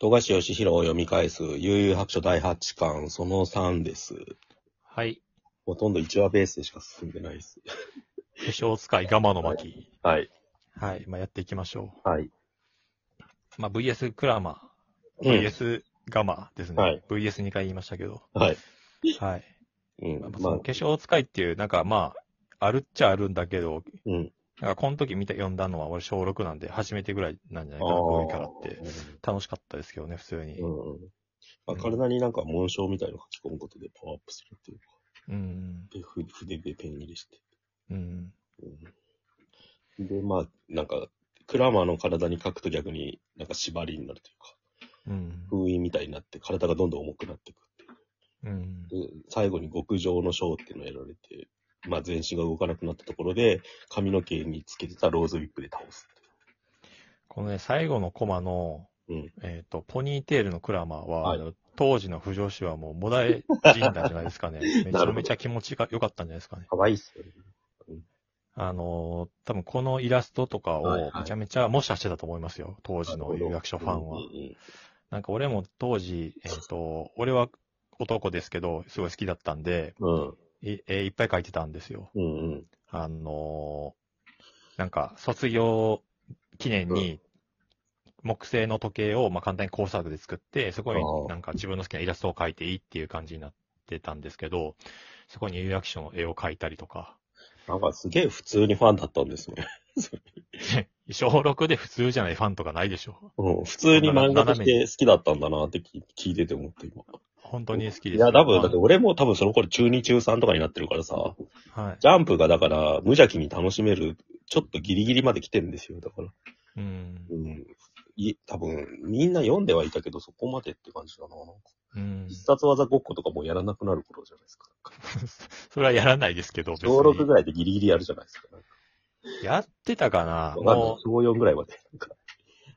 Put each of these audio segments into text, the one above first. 富樫義弘を読み返す、悠々白書第8巻、その3です。はい。ほとんど1話ベースでしか進んでないです。化粧使いガマの巻。はい。はい。まあ、やっていきましょはい。う。まあ、VS クラマうー、ん。 VS ガマですね。はい。 VS2 回言いましたけど。はい。はい。うんまあ、。そまあの、化粧使いっていう、なんかまあ、あるっちゃあるんだけど、うん。なんかこの時見た、読んだのは俺小6なんで、初めてぐらいなんじゃないかな、こういうキャラって。楽しかったですけどね、普通に。うん。うんまあ、体になんか紋章みたいの書き込むことでパワーアップするっていうかうん。でふ、筆でペン入れして。うん。うんで、まあ、なんか、クラマーの体に書くと逆になんか縛りになるというか、うん。封印みたいになって体がどんどん重くなっていくっていう。うん。で、最後に極上の章っていうのをやられて、まあ全身が動かなくなったところで、髪の毛につけてたローズウィップで倒す。このね、最後のコマの、うんえっ、と、ポニーテールのクラマーは、はいあの当時の不条氏はもう、もだえ人なんじゃないですかね。め ちなゃるほめちどゃ気持ちが良かったんじゃないですかね。かわいいっすよね。あのー多分このイラストとかはいはをいめちゃめちゃ模写してたと思いますよ。当時の有楽書ファンはうん。うんなんか俺も当時、えっ、と、俺は男ですけど、すごい好きだったんで、うん。い,、えーいっぱい書いてたんですよ。うんうん。あのーなんか卒業記念に木製の時計をまあ簡単に工作で作って、そこにあーなんか自分の好きなイラストを描いていいっていう感じになってたんですけど、そこに有楽書の絵を描いたりとか、 なんかすげえ普通にファンだったんですね。小6で普通じゃないファンとかないでしょ。うん、普通に漫画として好きだったんだなって聞聞いてて思って今。本当に好きです。いや、多分、だあって俺も多分その頃中2中3とかになってるからさ、はい。ジャンプがだから無邪気に楽しめる、ちょっとギリギリまで来てるんですよ、だから。うん。うん。い、多分、みんな読んではいたけど、そこまでって感じだな。うん必。殺技ごっことかもうやらなくなる頃じゃないですか。それはやらないですけど、別小6に。ぐらいでギリギリやるじゃないですか。なんかやってたかなわかんないもう、小4ぐらいまで。なんか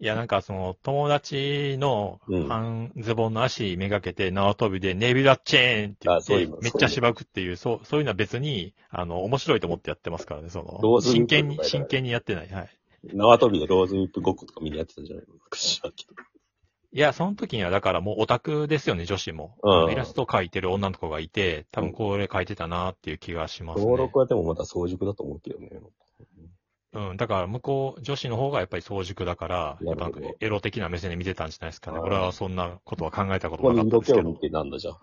いや、なんかその、友達のうん半ズボンの足めがけて縄跳びでネビュラチェーンって言あっそういてうの、めっちゃしばくっていう、そう、そういうのは別に、あの、面白いと思ってやってますからね、そローの、ズウィッ真プ剣にと、かやらない真剣にやってない。はい。縄跳びでローズウィップごっことかみんなやってたんじゃないのなんか知らんけどいや、その時にはだからもうオタクですよね、女子も。うんイラスト描いてる女の子がいて、多分これ描いてたなっていう気がします小ね6。はでもまだ早熟だと思うけどね。うん、だから向こう、女子の方がやっぱり早熟だから、やっぱなんかなるほエロ的な目線で見てたんじゃないですかね。うん俺はそんなことは考えたこことこなにかった色ん気ですけをど見。てなんだじゃん。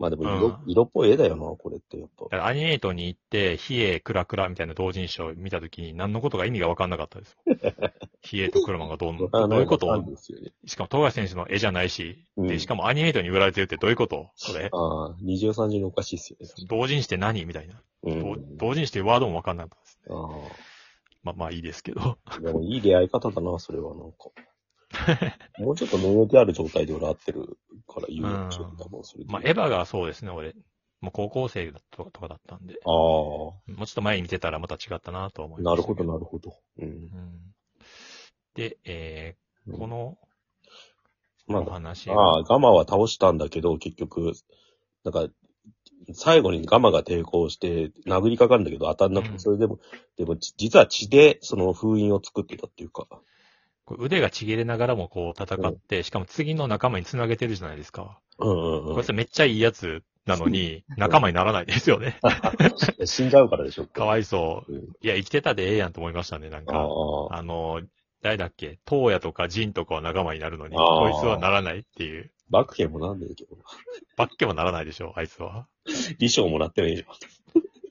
まあでもう色ん、色っぽい絵だよな、これってやっだぱ。からアニメートに行って、ヒエ、クラクラみたいな同人誌を見たときに何のことが意味が分かんなかったです。 ヒエとクラマンがどんあどういうこなんとですよね。しかも、富樫選手の絵じゃないし、うで、んしかもアニメートに売られてるってどういうことそれああ、二重三重におかしいっすよね。同人誌って何みたいな。う同ん。同人誌ってワードも分かんなかったです。ああ。まあまあいいですけど。 でもいい出会い方だな、それはなんか。もうちょっと免疫ある状態で俺合ってるから言うよ、ちょっと多分それで。まあ、エヴァがそうですね、俺。もう高校生だととかだったんで、ああ、もうちょっと前に見てたらまた違ったなと思いまなす。るほど、なるほど。うん。うん。で、えーこのまおあ、話はああ、ガマは倒したんだけど、結局、なんか、最後にガマが抵抗して、殴りかかるんだけど当たんなくて、うんそれでも、でも、じ実は血で、その封印を作ってたっていうか。こう腕がちぎれながらもこう戦って、しかも次の仲間に繋げてるじゃないですか。うんうんこういつめっちゃいいやつなのに、仲間にならないですよね。ん。 死んじゃうからでしょ。 かわいそうう。んいや、生きてたでええやんと思いましたね、なんあか。あ、あの、誰だっけ東野とかジンとかは仲間になるのに、あーこいつはならないっていう。バクヘンもなんねえけどな。バッケもならないでしょ、あいつは。衣装もらってないじゃん。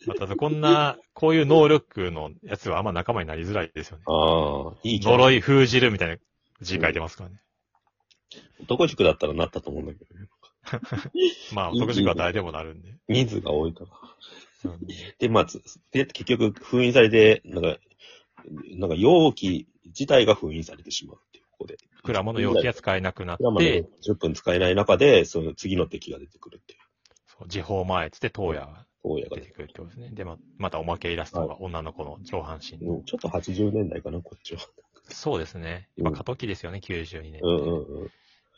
また、こんな、こういう能力のやつはあんま仲間になりづらいですよね。ああ、いいキャラ呪い封じるみたいな字書いてますからね。男塾だったらなったと思うんだけどね。まあ、いい特塾は誰でもなるんで。人数が多いから。うんで、まあ、つで、結局封印されて、なんか、なんか容器自体が封印されてしまうっていう、ここで。クラモの容器が使えなくなっクラマのて、 10分使えない中で、その次の敵が出てくるっていう。そう時報前っつって、東野が大家が出出ててくるってことですね。で、ま、またおまけイラストが女の子の上半身くる。うのん、。ちょっと80年代かな、こっち は。そうですね。うんまあ、過渡期ですよね、92年って。うんうんうん。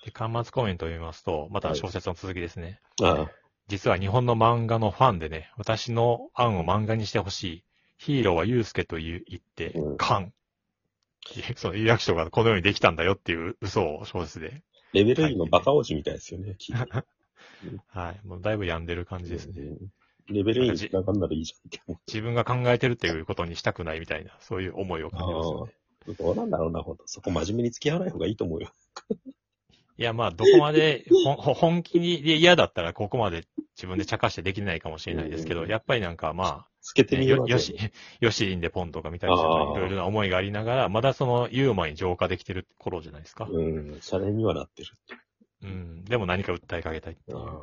で、端末コメントを読みますと、また小説の続きですね。ああ、実は日本の漫画のファンでね、私の案を漫画にしてほしい。ヒーローはユースケという言ってうん、カン。その有楽町がこのようにできたんだよっていう嘘を小説で。レベル E のバカ王子みたいですよ ね、きっとはい。もうだいぶ病んでる感じですね。うんレベル E に繋がんならいいじゃんって思っ自分が考えてるっていうことにしたくないみたいな、そういう思いを感じますよね。てどうなんだろうな、ほんと。そこ真面目に付き合わない方がいいと思うよ。いや、まあ、どこまで、ほんほ本気にで嫌だったら、ここまで自分で茶化してできないかもしれないですけうど、んやっぱりなんかま透けあ、てねみよようよし、よしインでポンとかみたいな、いあーろいろな思いがありながら、まだそのユーモアに浄化できてる頃じゃないですか。うん、シャレにはなってるって。うん。でも何か訴えかけたいっていう。ああ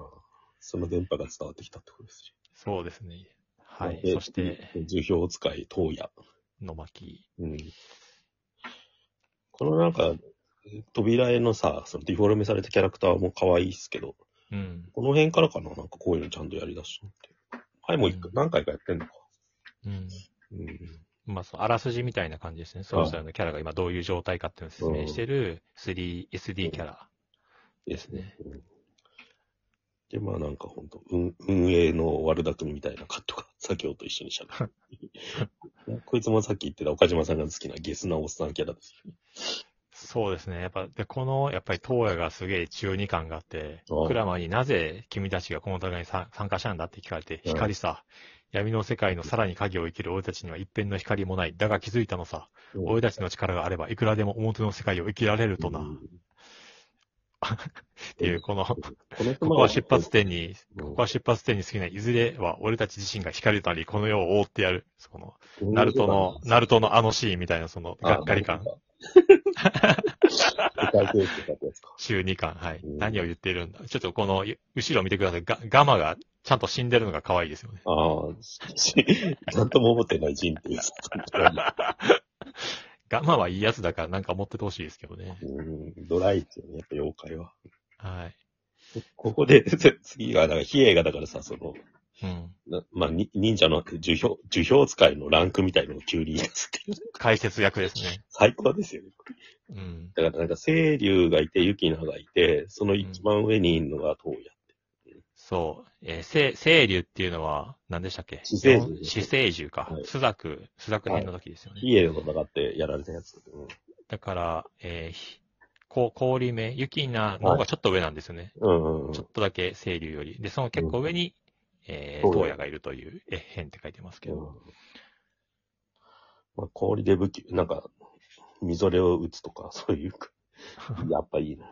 その電波が伝わってきたってことですね。そうですね。はいで。そして、、樹氷使い、東野。野巻。うん。このなんか、扉絵のさ、そのディフォルメされたキャラクターも可愛いっすけど、うん。この辺からかな、なんかこういうのちゃんとやりだしたのって。はい、もう一回、うん何回かやってんのか。うん。うん。まあ、そのあらすじみたいな感じですね。それぞれのキャラが今どういう状態かっていうのを説明してる 3SD キャラ。ですね。うんで、まあなんかほんと、運運営の悪巧みみたいなカットが、左京と一緒にしゃべ る。こいつもさっき言ってた 岡島さんが好きなゲスなおっさんキャラですよね。そうですね。やっぱ、で、この、やっぱり東野がすげえ中二感があってああ、クラマになぜ君たちがこの大会に参参加したんだって聞かれて、うん光さ、闇の世界のさらに影を生きる俺たちには一辺の光もない。だが気づいたのさ、俺たちの力があればいくらでも表の世界を生きられるとな。うんっていう、この、ここの人こは出発点に、うんここは出発点に過ぎない。いずれは俺たち自身が光るとなり、この世を覆ってやる。その、ナルトの、ナルトのあのシーンみたいな、その、がっかり感、。具体的だったやつか。中二感、はい。うん何を言っているんだ。ちょっとこの、ゆ後ろ見てください。が、ガマがちゃんと死んでるのが可愛いですよね。ああ、しちゃんとも思ってない人 っていう。ガマはいいやつだからなんか持っててほしいですけどね。うん、ドライですよね、やっぱ妖怪は。はい。ここで、 次が、だから、比叡がだからさ、その、うん。なまあ、に忍者の樹氷、樹氷使いのランクみたいのを急に言い出すって いう。解説役ですね。最高ですよね。うん。だからなんか、清流がいて、雪菜がいて、その一番上にいるのが東野。そう。えー、せ、清流っていうのは、何でしたっけ四聖獣四聖獣かは。い朱雀、朱雀編の時ですよね。比叡の戦ってやられたやつ。うんだから、えーひ、こう氷目、雪菜の方がちょっと上なんですよね。うんうんうんちょ。っとだけ清流より。で、その結構上に、えそうー、だよ東野がいるという、え、変って書いてますけうんど。まあ、氷で武器、なんか、みぞれを打つとか、 そういうか、やっぱいいな。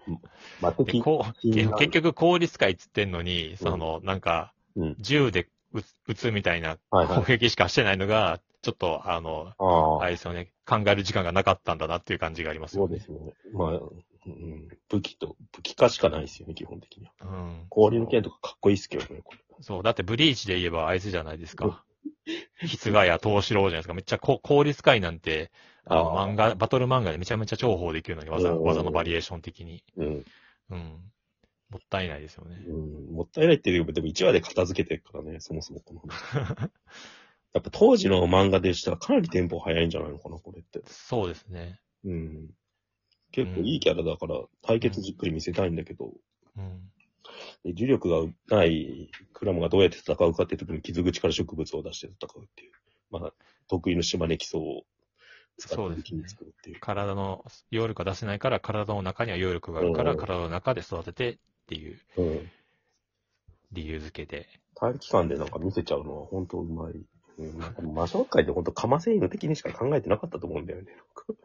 ま魔で、敵。こう、気にけなる結局氷使いっつってんのに、その、なんかうん、銃で撃つ撃つみたいなはいは攻い。撃しかしてないのが、ちょっと、あの、あああ、れですよね、考える時間がなかったんだなっていう感じがありますそようでね。すね。まあ、うん、武器と、武器化しかないですよね、基本的には。うん。氷の剣とかかっこいいですけどね、これ。そう、だってブリーチで言えばあいつじゃないで すか。筆ヶ谷東四郎じゃないですか。めっちゃこ氷使いなんて、あのあー漫画、バトル漫画でめちゃめちゃ重宝できるのに、技、うん技のバリエーション的に。うん。うん。もったいないですよね。うん、もったいないっていうか、でも1話で片付けてるからね、そもそもこの話。 やっぱ当時の漫画でしたらかなりテンポ早いんじゃないのかな、これって。そうですね。うん。結構いいキャラだから、対決じっくり見せたいんだけど、うん。呪力がないクラムがどうやって戦うかっていう時に傷口から植物を出して戦うっていう。まあ、得意の島根基礎を使そうっでてすね敵に作るっていう。体の揚力が出せないから、体の中には揚力があるかうら、ん体の中で育ててっていううん。理由付けで。短期間でなんか見せちゃうのは本当うまい。うん、なんか魔性界って本当カマセイの敵にしか考えてなかったと思うんだよね。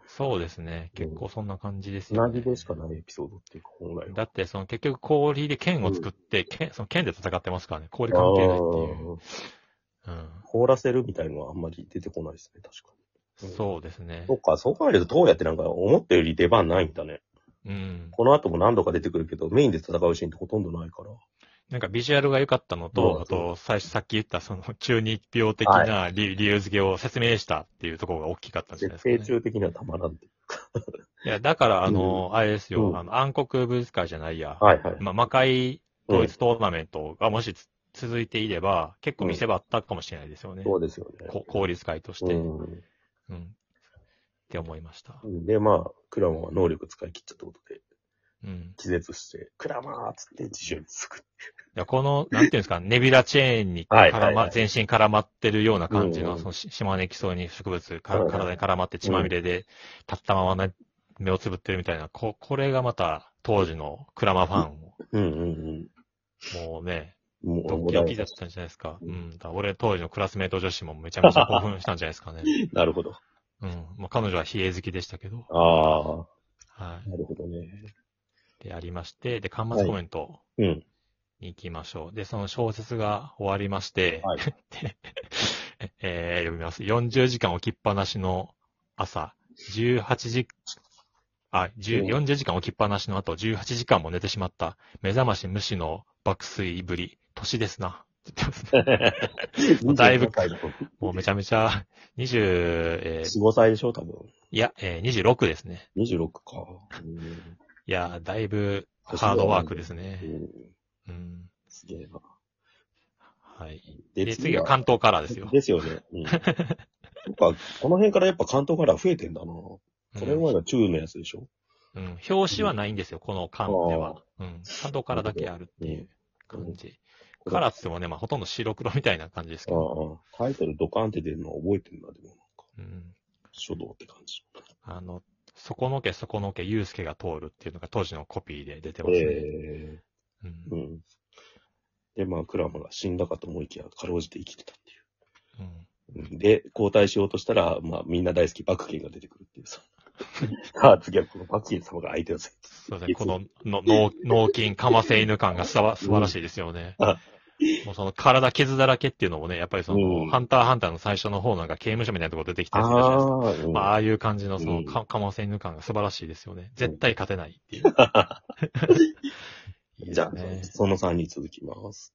そうですね。うん結構そんな感じですなよんか、ね同じ。でしかないエピソードっていうか、本来は。だって、その結局氷で剣を作って、剣、その剣で戦ってますからね。氷あ関係ないっていう。ーうん。凍らせるみたいのはあんまり出てこないですね、確かうんそうですねに。そ。っか、そう考えると、どうやってなんか思ったより出番ないんだね。うん。この後も何度か出てくるけど、メインで戦うシーンってほとんどないから。なんかビジュアルが良かったのうとん、あと、最初さっき言ったその中二病的な理,、理由付けを説明したっていうところが大きかったんじゃない絶ですか、ね。対中的にはたまらんって。いや、だから、あの、あれですよ、うんあの、暗黒武術会じゃないや、はいはい。まあ、魔界う統ん一トーナメントがもしつ続いていれば、結構見せ場あったかもしれないですよね。そうですよね。こ効率会としうて、うん。んって思いました。で、まあ、クラモンは能力使い切っちゃったことで、うん。気絶して、クラマーっつって辞書につく。いやこの、なんていうんですか、ネビュラチェーンにはい絡はいはまい、全身絡まってるような感じうんうの、んそのし島根基礎に植物、かはいはい体に絡まって血まみれで、立ったままな目をつぶってるみたいな、こ、これがまた、当時のクラマファンを、うんうんもうね、うん。もう、ドもッうキドだキいだったんじゃないですか。うん。だから俺、当時のクラスメイト女子もめちゃめちゃ興奮したんじゃないですかね。なるほど。うん。まあ、彼女は冷え好きでしたけど、あはあ、なるほどね。い。で、ありまして、で、巻末コメント うん。に行きましょう。で、その小説が終わりまして、 はい。えー読みます。40時間置きっぱなしの朝、18時、あ、10うん40時間置きっぱなしの後、18時間も寝てしまった。目覚まし無視の爆睡ぶり。年ですな。 って言ってますねもうだいぶ25歳だと。もうめちゃめちゃ、20、え4、ー5歳でしょ、多分。いや、えー26ですね。 26か。うんいや、だいぶ ハードワークですねう。ん、うん。すげえな。はい。でで、次が関東カラーですよ。ですよね。うん。なんか、この辺からやっぱ関東から増えてんだな。これうん前が中のやつでしょ、うん、表紙はないんですよ、この缶であは。うん。関東からだけあるっていう感じ。うんカラーっつってもね、まあほとんど白黒みたいな感じですけど。ああ、タイトルドカンって出るの覚えてるな、でもなんか、うん。書道って感じ。あの、そこのけそこのけ、ゆうすけが通るっていうのが当時のコピーで出てますね。ええう。うんん。で、まあ、クラマが死んだかと思いきや、かろうじて生きてたっていううん。うん。で、交代しようとしたら、まあ、みんな大好き、バクケンが出てくるっていう さ。ああ、次はこのバクケン様が相手をせ。そうですね、この、の、脳、脳筋、かませ犬感がさわ素晴らしいですよ ね。あもうその体傷だらけっていうのもね、やっぱりその、うんハンターハンターの最初の方なんか刑務所みたいなとこ出てきたりするじゃないですあか。あ、うんまあ、ああいう感じのその、うんか、かませ犬感が素晴らしいですよね。絶対勝てないっていう。いいですじゃあね、その3に続きます。